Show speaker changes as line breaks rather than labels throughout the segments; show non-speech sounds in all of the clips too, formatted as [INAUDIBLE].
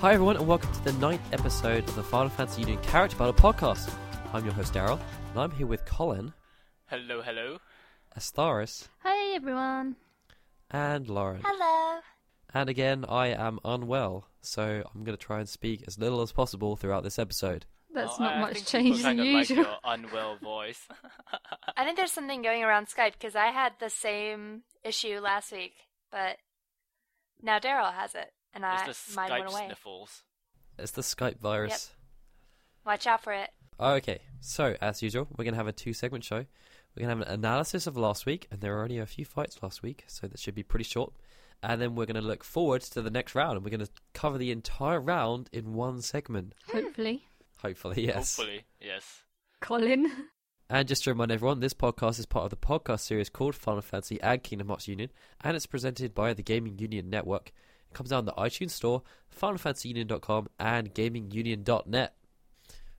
Hi everyone, and welcome to the ninth episode of the Final Fantasy Union Character Battle Podcast. I'm your host Daryl, and I'm here with Colin,
Hello, hello.
Astaris,
Hi everyone.
and Lauren.
Hello.
And again, I am unwell, so I'm going to try and speak as little as possible throughout this episode.
That's
Oh,
not
I- I
much
think
change
people
than
kind of like
usual.
your unwell voice. [LAUGHS]
I think there's something going around Skype because I had the same issue last week, but now Daryl has it, and I
it's the
mine
Skype
went away.
sniffles.
It's the Skype virus.
Watch out for it.
Okay, so as usual, we're going to have a two segment show. We're going to have an analysis of last week, and there were only a few fights last week, so that should be pretty short. And then we're going to look forward to the next round, and we're going to cover the entire round in one segment.
Hopefully.
Hopefully, yes.
Hopefully, yes.
Colin.
And just to remind everyone, this podcast is part of the podcast series called Final Fantasy and Kingdom Hearts Union, and it's presented by the Gaming Union Network. It comes out on the iTunes Store, FinalFantasyUnion.com, and GamingUnion.net.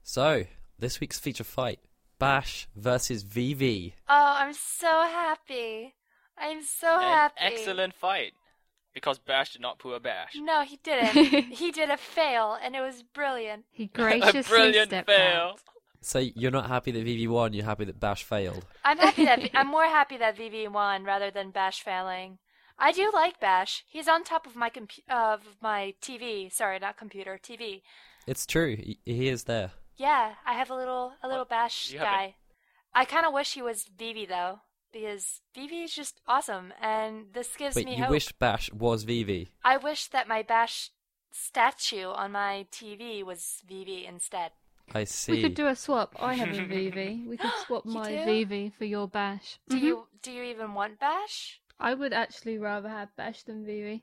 So, this week's feature fight Bash versus VV.
Oh, I'm so happy. I'm so
An
happy.
excellent fight. Because Bash did not poo a Bash.
Mm,
No, he
[LAUGHS]
didn't. he did a fail, and it was brilliant.
He
[LAUGHS] [LAUGHS] a
graciously
brilliant
stepped
fail.
out.
So, you're not happy that VV won, you're happy that Bash failed.
I'm happy that
[LAUGHS]
v- I'm more happy that VV won rather than Bash failing. I do like Bash. He's on top of my compu- of my TV. Sorry, not computer, TV.
It's true, he he is there.
Yeah, I have a little a little
Oh,
bash
you have it.
guy. I kind of wish he was Vivi though, because Vivi is just awesome, and this gives
Wait,
me
you
hope.
wish Bash was VV.
I wish that my bash statue on my TV was Vivi instead.
I see.
We could do a swap. I have a VV.
[GASPS]
We could swap
You
my
do?
VV for your Bash.
Do
Mm-hmm.
Mhm.
you do you even want bash?
I would actually rather have Bash than VV.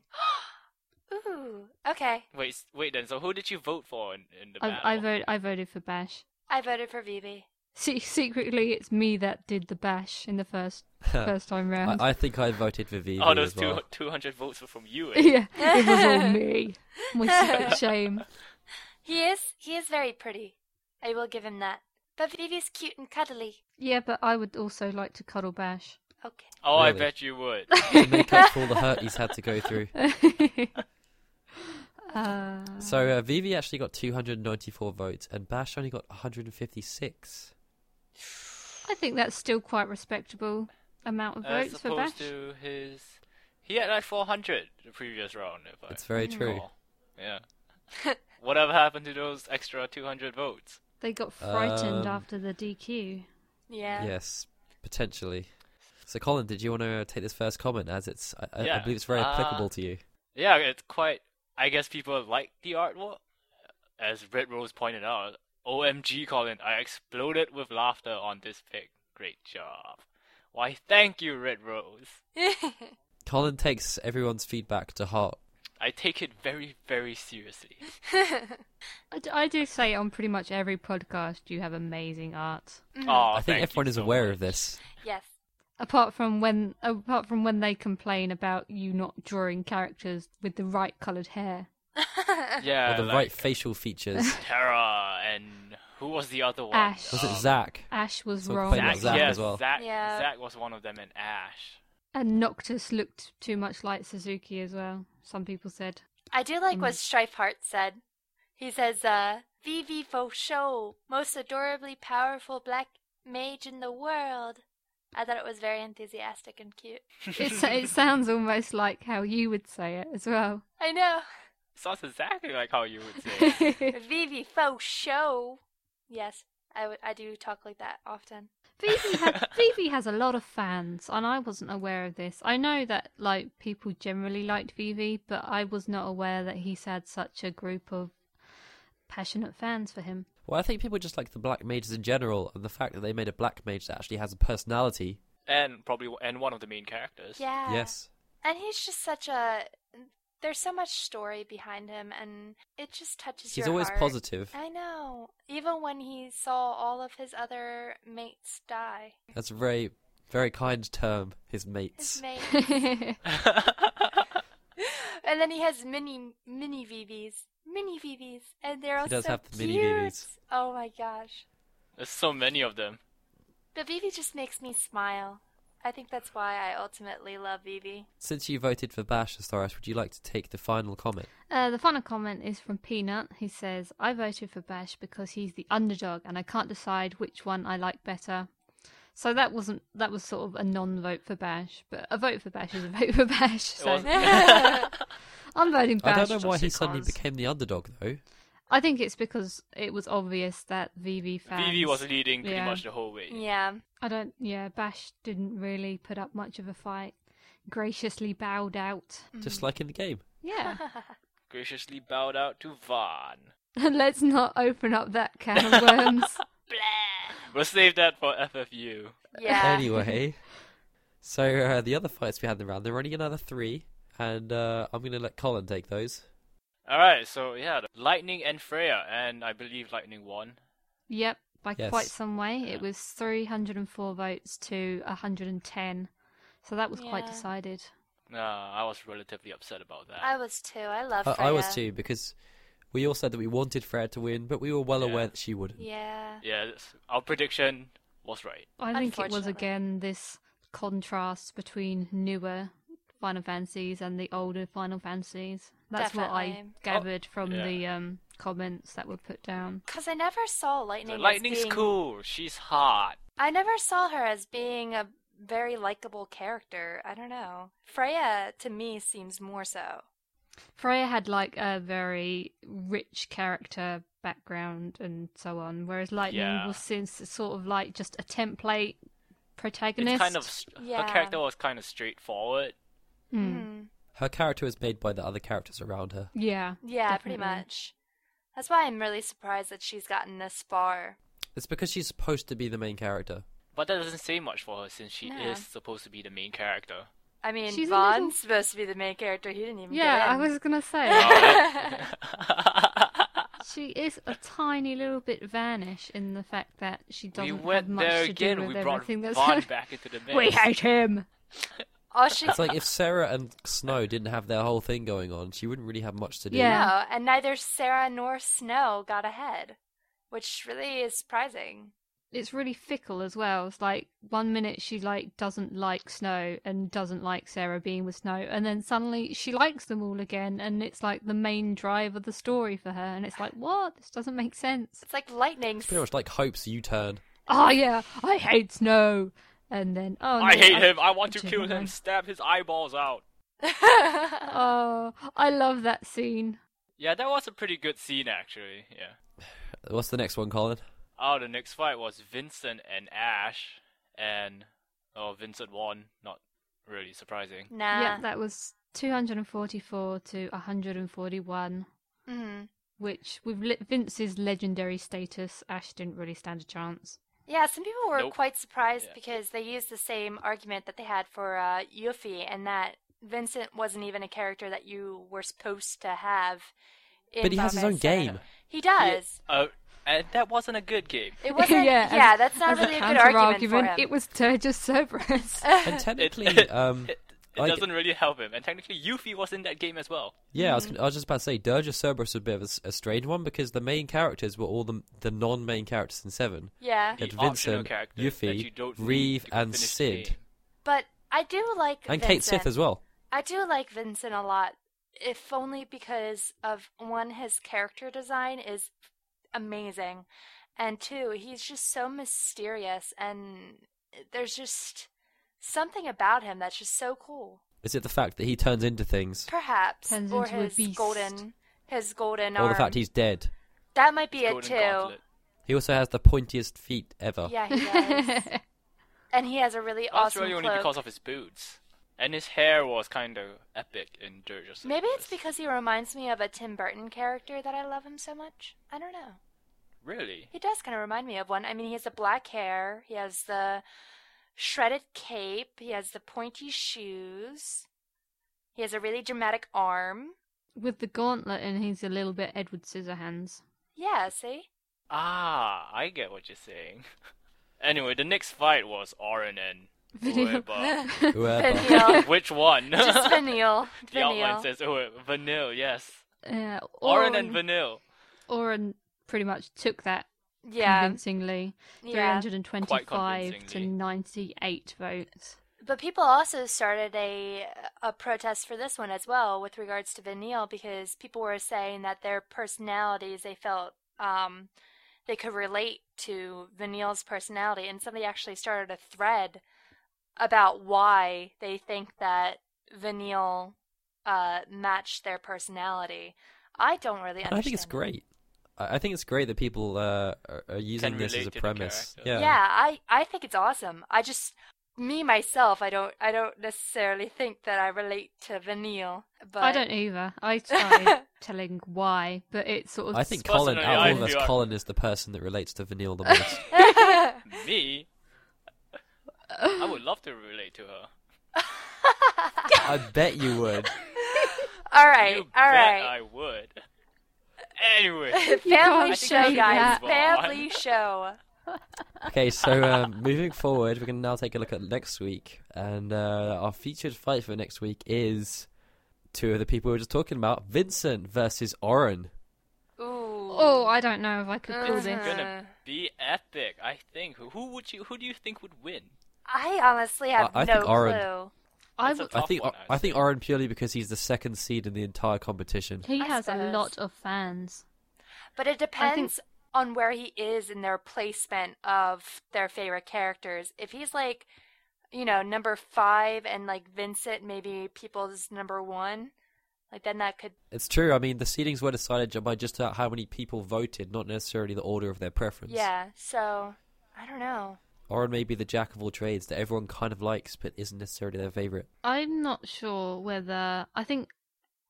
Ooh, okay.
Wait, s- wait then. So who did you vote for in, in the battle?
I, I vote. I voted for Bash.
I voted for Vivi.
Se- secretly, it's me that did the Bash in the
[LAUGHS]
first first time round.
I, I think I voted for VV.
Oh,
as
those
well.
two, 200 votes were from you.
[LAUGHS]
eh?
[LAUGHS] yeah, it was all
[LAUGHS]
me. My secret shame.
He is he is very pretty. I will give him that. But Vivi's cute and cuddly.
Yeah, but I would also like to cuddle Bash. [LAUGHS]
Okay.
oh, I
Really?
bet you would.
to make up for all the hurt he's had to go through.
uh,
So uh, Vivi actually got 294 votes, and Bash only got 156.
I think that's still quite respectable amount of
As
votes for Bash.
opposed to his... He had like 400 the previous round. If I
It's very true.
recall.
[LAUGHS]
Yeah. Whatever happened to those extra 200 votes?
They got
Um,
frightened after the DQ.
Yeah.
Yes, potentially. So Colin, did you want to take this first comment as it's I, I- I
Yeah,
believe it's very
uh,
applicable to you.
Yeah, it's quite. I guess people like the artwork. As Red Rose pointed out, OMG, Colin, I exploded with laughter on this pick. Great job. Why, thank you, Red Rose.
Colin takes everyone's feedback to heart.
I take it very, very
[LAUGHS]
seriously.
I d- I do say on pretty much every podcast you have amazing art.
Mm.
I think
Aw, Oh, thank you
everyone is
so
aware
much.
of this.
[LAUGHS] yes.
Apart from when, apart from when they complain about you not drawing characters with the right coloured hair.
Yeah,
Or the
like
right facial features.
[LAUGHS] Tara and who was the other one?
Ash.
Was
Um,
it Zach?
Ash was
So
wrong,
plain
Zach,
Zach as
yeah,
well.
Zach,
Yeah.
Zach was one of them, and Ash.
and Noctis looked too much like Suzuki as well. Some people said.
I do like what
Mm.
Strifeheart said. He says, uh, Vivi for show, most adorably powerful black mage in the world. I thought it was very enthusiastic and cute.
It sa- it sounds almost like how you would say it as well. [LAUGHS]
I know.
Sounds exactly like how you would say.
[LAUGHS]
it.
Vivi for show. Yes, I, w- I do talk like that often.
Phoebe, had, Phoebe has a lot of fans, and I wasn't aware of this. I know that like people generally liked Phoebe, but I was not aware that he's had such a group of passionate fans for him. [LAUGHS]
Well, I think people just like the black mages in general, and the fact that they made a black mage that actually has a personality.
and probably and one of the main characters. [LAUGHS]
Yeah. [LAUGHS]
Yes.
And he's just such a. There's so much story behind him, and it just touches
He's
your
always
heart.
positive.
I know. Even when he saw all of his other mates die.
That's a very, very kind term, his mates.
His
[LAUGHS]
mate.
That's
and then he has mini mini VVs. Mini VVs. And they're all
He does
so
have the mini
cute.
VVs.
Oh my gosh.
There's so many of them.
But Vivi just makes me smile. I think that's why I ultimately love Vivi.
Since you voted for Bash, Astoris, would you like to take the final comment?
Uh, the final comment is from Peanut, who says, I voted for Bash because he's the underdog and I can't decide which one I like better. So that wasn't that was sort of a non vote for Bash, but a vote for Bash is a vote for Bash. So
was- [LAUGHS]
[LAUGHS] I'm voting Bash.
I don't know why he
just
suddenly
because-
became the underdog, though.
I think it's because it was obvious that VV fans
Vivi was leading pretty
Yeah.
much the whole way.
yeah.
I don't yeah, Bash didn't really put up much of a fight. Graciously bowed out.
Just like in the game.
Yeah. [LAUGHS]
Graciously bowed out to Vaughn.
Let's not open up that can of worms.
We'll save that for FFU.
Yeah.
[LAUGHS] Anyway, so uh, the other fights we had in the round, there were only another three, and uh, I'm going to let Colin take those.
Alright, so yeah, Lightning and Freya, and I believe Lightning won.
yep, by
Yes.
quite some way. It was 304 votes to 110. So that was quite
Yeah.
decided.
Uh, I was relatively upset about that.
I was too. I love
I,
Freya.
I was too, because we all said that we wanted Fred to win, but we were well
Yeah.
aware that she wouldn't.
Yeah.
Yeah, that's- our prediction was right.
I think it was
Unfortunately.
again this contrast between newer Final Fantasies and the older Final Fantasies. That's what I
Definitely.
gathered from
Oh, yeah.
the um, comments that were put down.
Because I never saw Lightning.
The
as
Lightning's
being-
cool. She's hot.
I never saw her as being a very likable character. I don't know. Freya, to me, seems more so.
Freya had like a very rich character background and so on, whereas Lightning
Yeah.
was since sort of like just a template protagonist.
It's kind of st- her
Yeah.
character was kind of straightforward.
Mm.
Mm.
Her character is made by the other characters around her.
yeah,
Yeah,
Definitely.
pretty much. That's why I'm really surprised that she's gotten this far.
It's because she's supposed to be the main character.
But that doesn't say much for her since she
Yeah.
is supposed to be the main
[LAUGHS]
character.
I mean,
She's a
Vaughn's
little-
supposed to be the main character. He didn't even.
yeah.
get
I
in.
was
[LAUGHS]
gonna say
Uh, [LAUGHS]
she is a tiny little bit vanish in the fact that she
we
doesn't have
went
much
there
to
again.
do with
we brought
everything that's [LAUGHS]
Vaughn back into the mix.
we hate him.
All she.
It's like if Sarah and Snow didn't have their whole thing going on, she wouldn't really have much to do.
Yeah.
[LAUGHS] No, and neither Sarah nor Snow got ahead, which really is surprising.
It's really fickle as well. It's like one minute she like doesn't like Snow and doesn't like Sarah being with Snow, and then suddenly she likes them all again, and it's like the main drive of the story for her. And it's like, what? This doesn't make sense.
It's like lightning.
It's pretty much like Hope's U-turn.
Oh yeah, I hate Snow, and then oh no,
I hate him. I want to kill
Gemini.
him. Stab his eyeballs out.
Oh, I love that scene.
Yeah, that was a pretty good scene actually. Yeah.
What's the next one, Colin?
Oh, the next fight was Vincent and Ash, and oh, Vincent won. Not really surprising.
[LAUGHS] nah.
Yeah, that was 244 to 141,
Mhm.
which with Le- Vince's legendary status, Ash didn't really stand a chance.
Yeah, some people were
Nope.
quite surprised
Yeah.
because they used the same argument that they had for uh, Yuffie, and that Vincent wasn't even a character that you were supposed to have. In
But he has his
Boba
own game.
He does.
Uh, and that wasn't a good game.
[LAUGHS]
It
[LAUGHS]
wasn't. yeah,
as-
that's not
as
really a good
counter-argument,
argument for him. Uh,
It was Turgis Cerberus.
[LAUGHS]
And technically,
[LAUGHS] it,
um,
it, it
I-
doesn't really help him. And technically, Yuffie was in that game as well.
yeah, I, was, gonna- I was just about to say, Dirge of Cerberus was a bit of a s- a, strange one because the main characters were all the, the non-main characters in Seven.
yeah,
Had
The optional
Vincent,
character that you
Yuffie,
don't need
Reeve,
to
and
finish the
Sid,
game.
but I do like
and
Vincent.
Kate Sith as well.
I do like Vincent a lot, if only because of one, his character design is amazing, and two, he's just so mysterious, and there's just something about him that's just so cool.
Is it the fact that he turns into things,
Perhaps,
Turns
or
into a
his
beast.
golden, his golden
or
arm.
the fact he's dead?
that might be
His
it
golden
too.
gauntlet.
He also has the pointiest feet ever.
Yeah, he
[LAUGHS]
does. and he has a really
That's
awesome
really only
cloak.
because of his boots. And his hair was kind of epic in Dirge of
Maybe
Cerberus.
it's because he reminds me of a Tim Burton character that I love him so much. I don't know.
Really?
He does kind of remind me of one. I mean, he has the black hair, he has the shredded cape, he has the pointy shoes, he has a really dramatic arm.
With the gauntlet, and he's a little bit Edward Scissorhands.
[LAUGHS]
Yeah, see?
Ah, I get what you're saying. [LAUGHS] anyway, the next fight was Orin and
[LAUGHS]
Video. [LAUGHS]
Ueba.
Whoever.
Vanille.
[LAUGHS] Which one? [LAUGHS]
Just vanille.
the outline
Vanille.
says oh, Vanille, yes.
Uh,
Orin and
Orin-
Vanille.
Orin pretty much took that
Yeah.
convincingly.
Yeah.
325 to
convincingly.
98 votes.
But people also started a a protest for this one as well with regards to Vanille because people were saying that their personalities they felt um, they could relate to Vanille's personality, and somebody actually started a thread about why they think that Vanille uh, matched their personality. I don't really understand.
And I think it's
that.
great. I I think it's great that people uh, are, are using
Can
this as
relate
a
to the
premise.
characters.
Yeah.
yeah i i think it's awesome i just me myself i don't i don't necessarily think that i relate to vanille but
I don't either. I started telling why, but it sort of
I think
Personally,
Colin, out of all
I
of us,
feel-
Colin is the person that relates to Vanille the most.
Me, I
[LAUGHS]
would love to relate to her.
I bet you would.
all right
you
all
bet
right
I would.
[LAUGHS]
Anyway,
family
[LAUGHS] can't
show
say
guys
that.
[LAUGHS]
family show
Okay, so um, moving forward, we can now take a look at next week, and uh, our featured fight for next week is two of the people we were just talking about: Vincent versus Oren.
Ooh.
Oh, I don't know if I could call
Mhm.
it's
this.
gonna be epic. I think. Who would you? Who do you think would win?
i honestly have
I- I
no
think Oren-
clue
I
That's a
w-
I
Tough
think
one,
I think
actually.
Oren purely because he's the second seed in the entire competition.
he
I
has a
suppose.
lot of fans.
but it depends on where he is in their placement of their favorite characters if he's like you know number five and like vincent maybe people's number one like then that could
It's true. I mean, the seedings were decided by just about how many people voted, not necessarily the order of their preference.
Yeah, so I don't know.
Oren may be the jack of all trades that everyone kind of likes, but isn't necessarily their favorite.
I'm not sure whether I think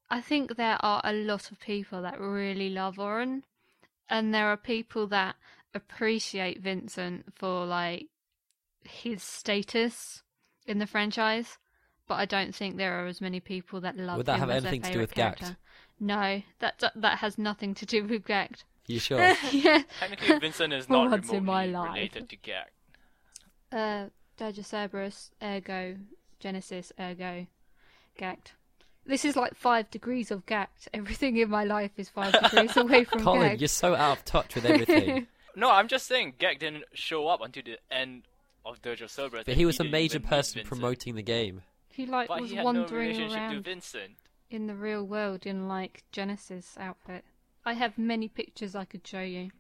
I think there are a lot of people that really love Oren and there are people that appreciate Vincent for like his status in the franchise, but I don't think there are as many people that love
Would that have
him as their
anything to do
favourite
with Gact?
character. No, that that has nothing to do with Gact.
You
[LAUGHS]
sure?
yeah.
Technically, Vincent is
For
not
[LAUGHS] once
remotely
in my life.
related to Gag.
Uh, Dirge Cerberus, ergo Genesis, ergo Gact. This is like five degrees of Gact. [LAUGHS] Everything in my life is five
[LAUGHS]
degrees away from
Colin,
Gact.
you're so out of touch with everything.
No, I'm just saying Gag didn't show up until the end of Dirge of Cerberus.
but
and
he was a
didn't
major
even meet
person
Vincent.
promoting the game.
[LAUGHS] He like
But
was
he had no
wandering
relationship to
around
Vincent.
in the real world in like Genesis outfit. I have many pictures I could show you.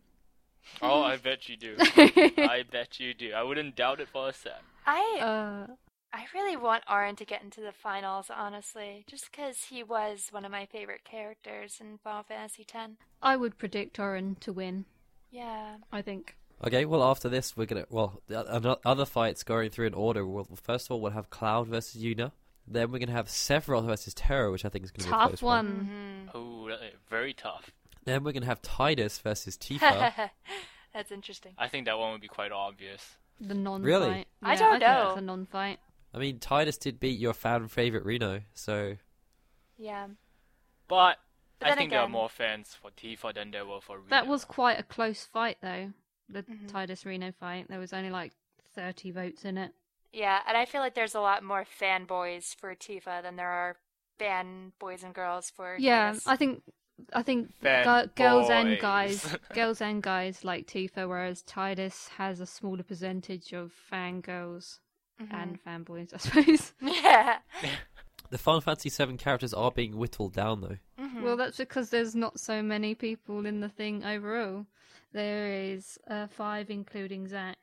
Oh, I bet you
[LAUGHS]
do. I bet you do. I wouldn't doubt it for a sec.
I
uh,
I really want Arn to get into the finals, honestly, just because he was one of my favorite characters in Final Fantasy X.
I would predict Oren to win.
Yeah.
I think.
Okay, well, after this, we're gonna well the o- ano- other fights going through in order. We'll, first of all, we'll have Cloud versus Yuna. Then we're gonna have Sephiroth versus Terra, which I think is gonna be a
Tough
close
one. Mm-hmm.
Mhm.
Mm.
Oh, very tough.
Then we're gonna have Titus
[LAUGHS]
versus Tifa.
[LAUGHS] That's interesting.
I think that one would be quite obvious.
The non-fight.
Really?
I
Yeah,
don't
think
know.
That's a non-fight.
I mean, Titus did beat your fan favorite Reno, so
Yeah.
But,
But
I
then
think there are
again-
more fans for Tifa than there were for Rina.
That was quite a close fight, though. The
Mhm.
Titus Reno fight. There was only like 30 votes in it.
Yeah, and I feel like there's a lot more fanboys for Tifa than there are fanboys and girls for
Yeah,
Titus.
I think I think gu- girls and guys,
[LAUGHS] Fanboys.
girls and guys like Tifa, whereas Titus has a smaller percentage of fangirls
Mhm.
and fanboys, I [LAUGHS] suppose.
[LAUGHS] yeah.
the Final Fantasy VII characters are being whittled down though.
Mhm.
Well, that's because there's not so many people in the thing overall. There is uh, five, including Zach,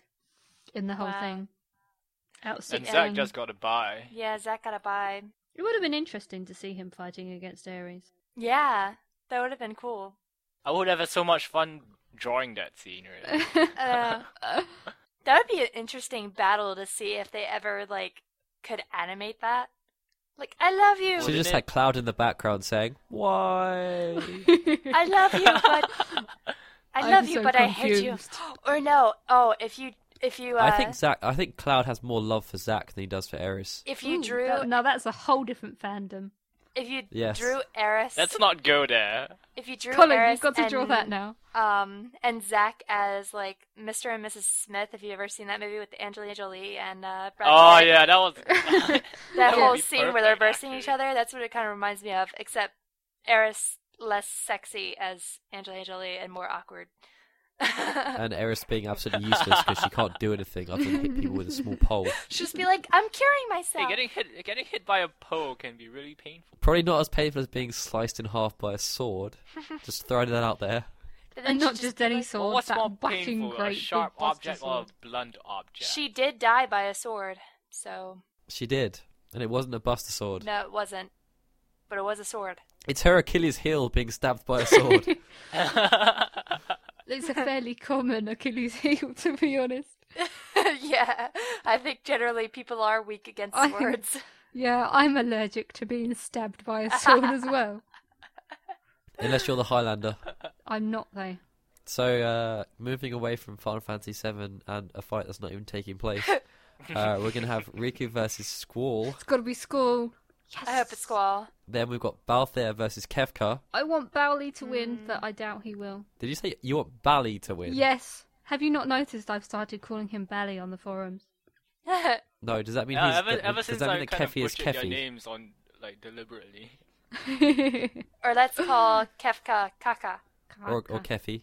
in the whole
Wow.
thing. Out
And
six.
Zack
men.
just got a buy.
yeah, Zach got a buy.
It would have been interesting to see him fighting against Ares.
Yeah, that would have been cool.
I would have had so much fun drawing that scene,
[LAUGHS]
really.
Uh, that would be an interesting battle to see if they ever like could animate that. Like, I love
So
you.
Wouldn't
just
it?
had Cloud in the background saying, "Why?"
[LAUGHS] I love
[LAUGHS]
you, but I
I'm
love you,
so
but I hate you.
confused.
Or no, oh, if you if you uh,
I think Zach. I think Cloud has more love for Zach than he does for Eris.
if you
Ooh,
drew
that- now that's a whole different fandom.
if you
Yes.
drew Eris,
Let's not go there.
if you drew
Colin,
Eris
you've got to draw
and,
that now.
Um, and Zach as like Mr. and Mrs. Smith. If you ever seen that movie with Angelina Jolie and uh, Brad
Oh,
Pitt.
yeah, that was. [LAUGHS]
that
[LAUGHS]
That would
whole
be
scene where they're
perfect,
bursting each
actually.
other. That's what it kind of reminds me of, except Eris less sexy as Angelina Jolie and more awkward. [LAUGHS]
and Eris being absolutely useless because she can't do anything other than hit people with a small pole.
[LAUGHS]
She'll just be like, I'm curing
Hey,
myself.
getting hit getting hit by a pole can be really painful.
Probably not as painful as being sliced in half by a sword. Just throwing that out there.
But then
and
she'll
not just
be
any
like,
Well,
sword,
what's more
Oh, that whacking
painful, a
great
sharp
big buster
object or
sword.
a blunt object? [LAUGHS]
She did die by a sword, so
She did. And it wasn't a Buster sword.
no, it wasn't. But it was a sword. [LAUGHS]
It's her Achilles heel being stabbed by a sword. [LAUGHS]
Uh,
it's a fairly common Achilles heel, to be honest.
yeah, I think generally people are weak against
I-
swords.
Yeah, I'm allergic to being stabbed by a sword as
[LAUGHS]
well.
Unless you're the Highlander.
I'm not though.
So, uh, moving away from Final Fantasy VII and a fight that's not even taking place, uh, we're going to have Riku versus Squall.
It's got to be school.
I hope it's Squall. [LAUGHS]
Then we've got Balthair versus Kevka.
I want Bowley to win,
Hmm.
but I doubt he will.
Did you say you want Bally to win?
Yes. Have you not noticed I've started calling him Bally on the forums? [LAUGHS]
No, does that mean
yeah,
he's.
Uh, ever,
that,
ever
does
since
that mean
I
that
kind of
Keffi is
butchered your
Keffi?
names on like deliberately.
or let's
[LAUGHS]
call Kefka Kaka.
Or, or Keffi?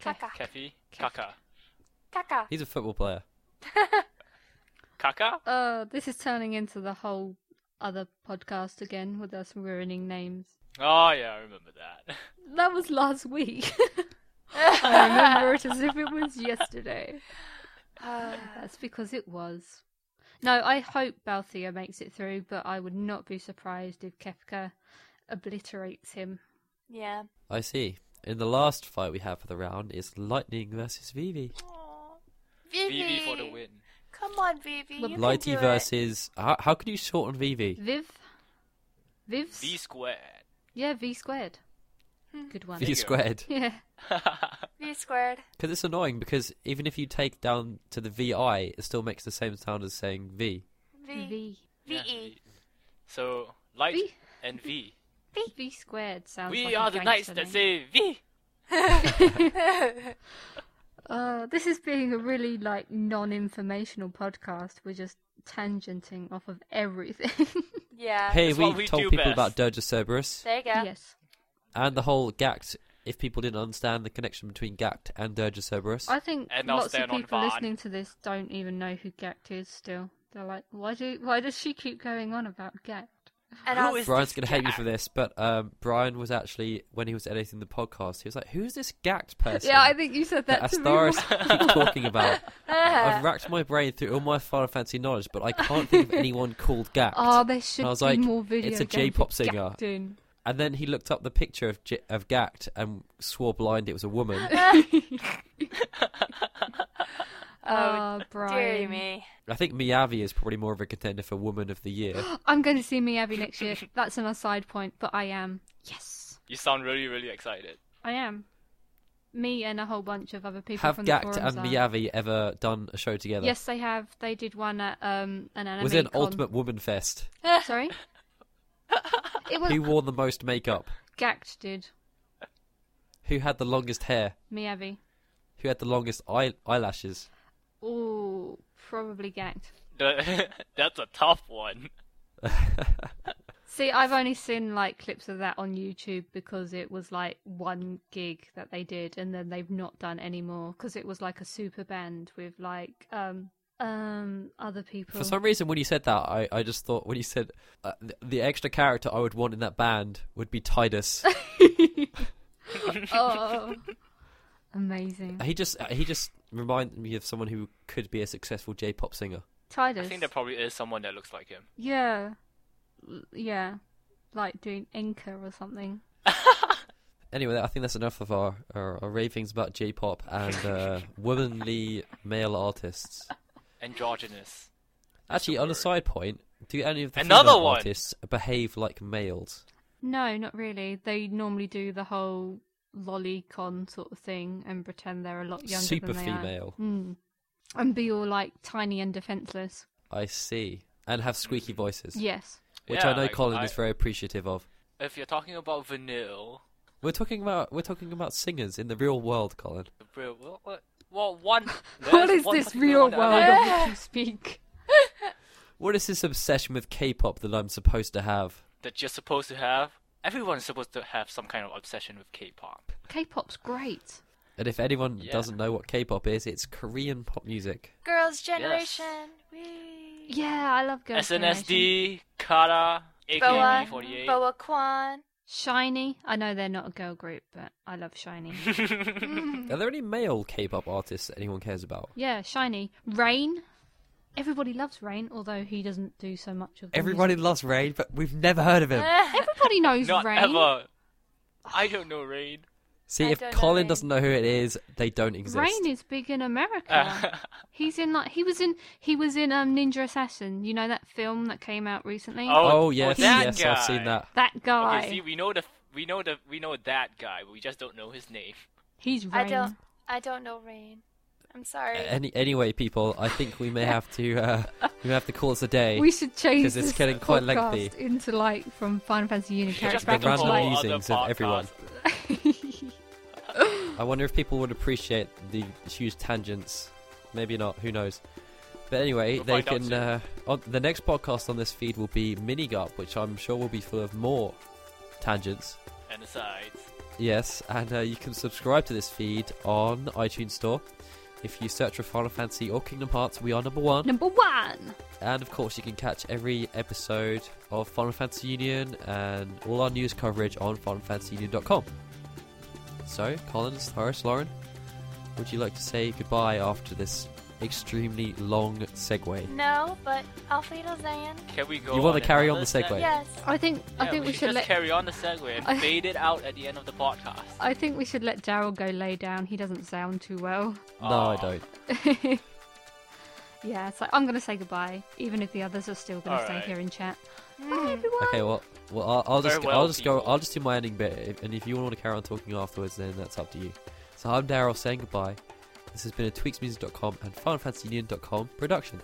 Kaka.
Keffi, Kaka,
Kaka.
He's a football player.
Kaka.
Oh, this is turning into the whole other podcast again with us ruining names.
Oh yeah, I remember that. [LAUGHS]
That was last [LAUGHS] week. I remember it as if it was yesterday.
Ah.
That's because it was. No, I hope Balthier makes it through, but I would not be surprised if Kefka obliterates him.
yeah.
I see. In the last fight we have for the round is Lightning versus Vivi.
Aw.
Vivi for the win.
Come on, Vivi.
Look,
You can do
Lighty
it.
versus. How, how can you shorten Vivi?
Viv? Viv's?
V squared.
Yeah, V squared.
[LAUGHS]
Good one.
V squared.
[LAUGHS] Yeah.
V squared.
Because it's annoying because even if you take down to the VI, it still makes the same sound as saying V.
V. E.
V. E.
Yeah,
VE.
So light
V.
and V.
V squared sounds like
We
a
are the knights
gangster
that
name.
say V.
Uh, this is being a really like non-informational podcast. We're just tangenting off of everything.
[LAUGHS]
[LAUGHS]
yeah.
hey,
that's
we
what we
told
do
people
best.
about Doja Cerberus
There you go.
Yes,
and the whole Gact. If people didn't understand the connection between Gact and Doja Cerberus,
I think
And I'll
lots of
stand on
people
Vaughn.
listening to this don't even know who Gact is. Still, they're like, why do why does she keep going on about Gact?
And
Who
I'll
is-
Brian's
this
going to hate me
Gact?
for this, but um, Brian was actually when he was editing the podcast, he was like, "Who's this Gact person?"
Yeah, I think you said that,
that
to Ah. me. once. [LAUGHS]
Astaris keeps talking about. I've racked my brain through all my Final Fantasy knowledge, but I can't
[LAUGHS]
think of anyone called Gact.
Oh, there should
I was
be
like,
more video
it's a
games
J-pop
with
singer.
Gact in.
And then he looked up the picture of J- of Gact and swore blind it was a woman.
[LAUGHS] Oh,
Dear
Brian.
me.
I think Miyavi is probably more of a contender for Woman of the
[GASPS]
Year.
I'm going to see Miyavi next [LAUGHS] year. That's an aside point, but I am. Yes,
You sound really, really excited. [LAUGHS]
I am. Me and a whole bunch of other people
Have
from
Gact
the forums
and
are.
Miyavi ever done a show together?
Yes, they have. They did one at um, an anime.
Was it an
con.
Ultimate Woman Fest?
[LAUGHS] Sorry. it was
Who wore the most makeup?
Gact did
Who had the longest hair?
Miyavi.
Who had the longest eye- eyelashes? [LAUGHS]
Ooh, probably Gact.
The- [LAUGHS] That's a tough one.
See, I've only seen like clips of that on YouTube because it was like one gig that they did, and then they've not done any more because it was like a super band with like um um other people.
For some reason, when you said that, I, I just thought when you said uh, the, the extra character I would want in that band would be
[LAUGHS]
Titus.
oh, amazing.
he just uh, he just reminded me of someone who could be a successful J-pop singer.
Titus.
I think there probably is someone that looks like him.
Yeah, L- yeah, like doing Inca or something.
Anyway, I think that's enough of our, our, our ravings about J-pop and
[LAUGHS]
uh, womanly male artists.
Androgynous.
Actually, on a
word.
side point, do any of the
Another
female
one!
artists behave like males?
No, not really. They normally do the whole lolicon sort of thing and pretend they're a lot younger
Super
than they
female.
are. Mm. And be all like tiny and defenseless.
I see. And have squeaky voices,
Yes.
which
Yeah,
I know
like,
Colin
I-
is very appreciative of.
If you're talking about vanilla,
We're talking about we're talking about singers in the real world, Colin.
real well, what- well,
[LAUGHS]
one.
what
there's
is
one
this
particular
real
one
world
that
of
I like.
which you speak?
What is this obsession with K-pop that I'm supposed to have?
that you're supposed to have? Everyone's supposed to have some kind of obsession with K-pop.
K pop's great.
And if anyone
Yeah.
doesn't know what K-pop is, it's Korean pop music.
Girls' Generation. Whee.
Yeah, I love Girls' Generation.
SNSD, Kara, E
Boa,
AKB48.
Boa Kwan. [LAUGHS]
Shiny. I know they're not a girl group, but I love
[LAUGHS]
Shiny.
Hmm.
Are there any male K-pop artists that anyone cares about?
yeah, Shiny. Rain. Everybody loves Rain, although he doesn't do so much of. the
Everybody
music.
loves Rain, but we've never heard of him.
Uh,
Everybody knows
Not
Rain.
ever. I don't know Rain.
See,
I
if
don't know
Colin
Rain.
doesn't know who it is, they don't exist.
Rain is big in America.
Uh, [LAUGHS]
He's in like he was in he was in um Ninja Assassin. You know that film that came out recently.
oh,
oh,
yes,
that
yes, I've
guy.
seen that.
That guy.
okay, see, we know the we know the we know that guy, but we just don't know his name.
He's
I
Rain.
don't. I don't know Rain. I'm sorry.
Any, anyway, people, I think
[LAUGHS]
we may have to uh, we may have to call it a day.
We should change
'Cause it's
this
getting quite
podcast
lengthy.
into like from Final Fantasy Uni
Just
characters
the
back
make a
random
into
whole
like [LAUGHS]
other
musings of everyone.
podcast.
I wonder if people would appreciate the huge tangents. Maybe not. Who knows? But anyway,
We'll
they
find out
can. Uh, on, the next podcast on this feed will be Minigarp, which I'm sure will be full of more tangents.
And asides.
Yes, and uh, you can subscribe to this feed on iTunes Store. If you search for Final Fantasy or Kingdom Hearts, we are number one.
number one.
And of course, you can catch every episode of Final Fantasy Union and all our news coverage on FinalFantasyUnion.com. So, Collins, Horace, Lauren, would you like to say goodbye after this extremely long segue?
No, but Alpha Zan.
Can we go?
You wanna
on
carry on
another
the segue?
seg-
Wait.
Yes.
I think I
Yeah,
think we,
should
should
just
let
carry on the segue and
I-
fade it out at the end of the podcast.
I think we should let Daryl go lay down. He doesn't sound too well. [LAUGHS]
No, I
Aw.
don't.
yeah, so I'm gonna say goodbye, even if the others are still gonna
All
stay
right.
here and chat. Bye
Mm.
everyone.
Okay, well, well, I'll, I'll just,
Farewell,
I'll just go,
people.
I'll just do my ending bit, if- and if you want to carry on talking afterwards, then that's up to you. So I'm Daryl saying goodbye. This has been a TweaksMusic.com and FinalFantasyUnion.com production.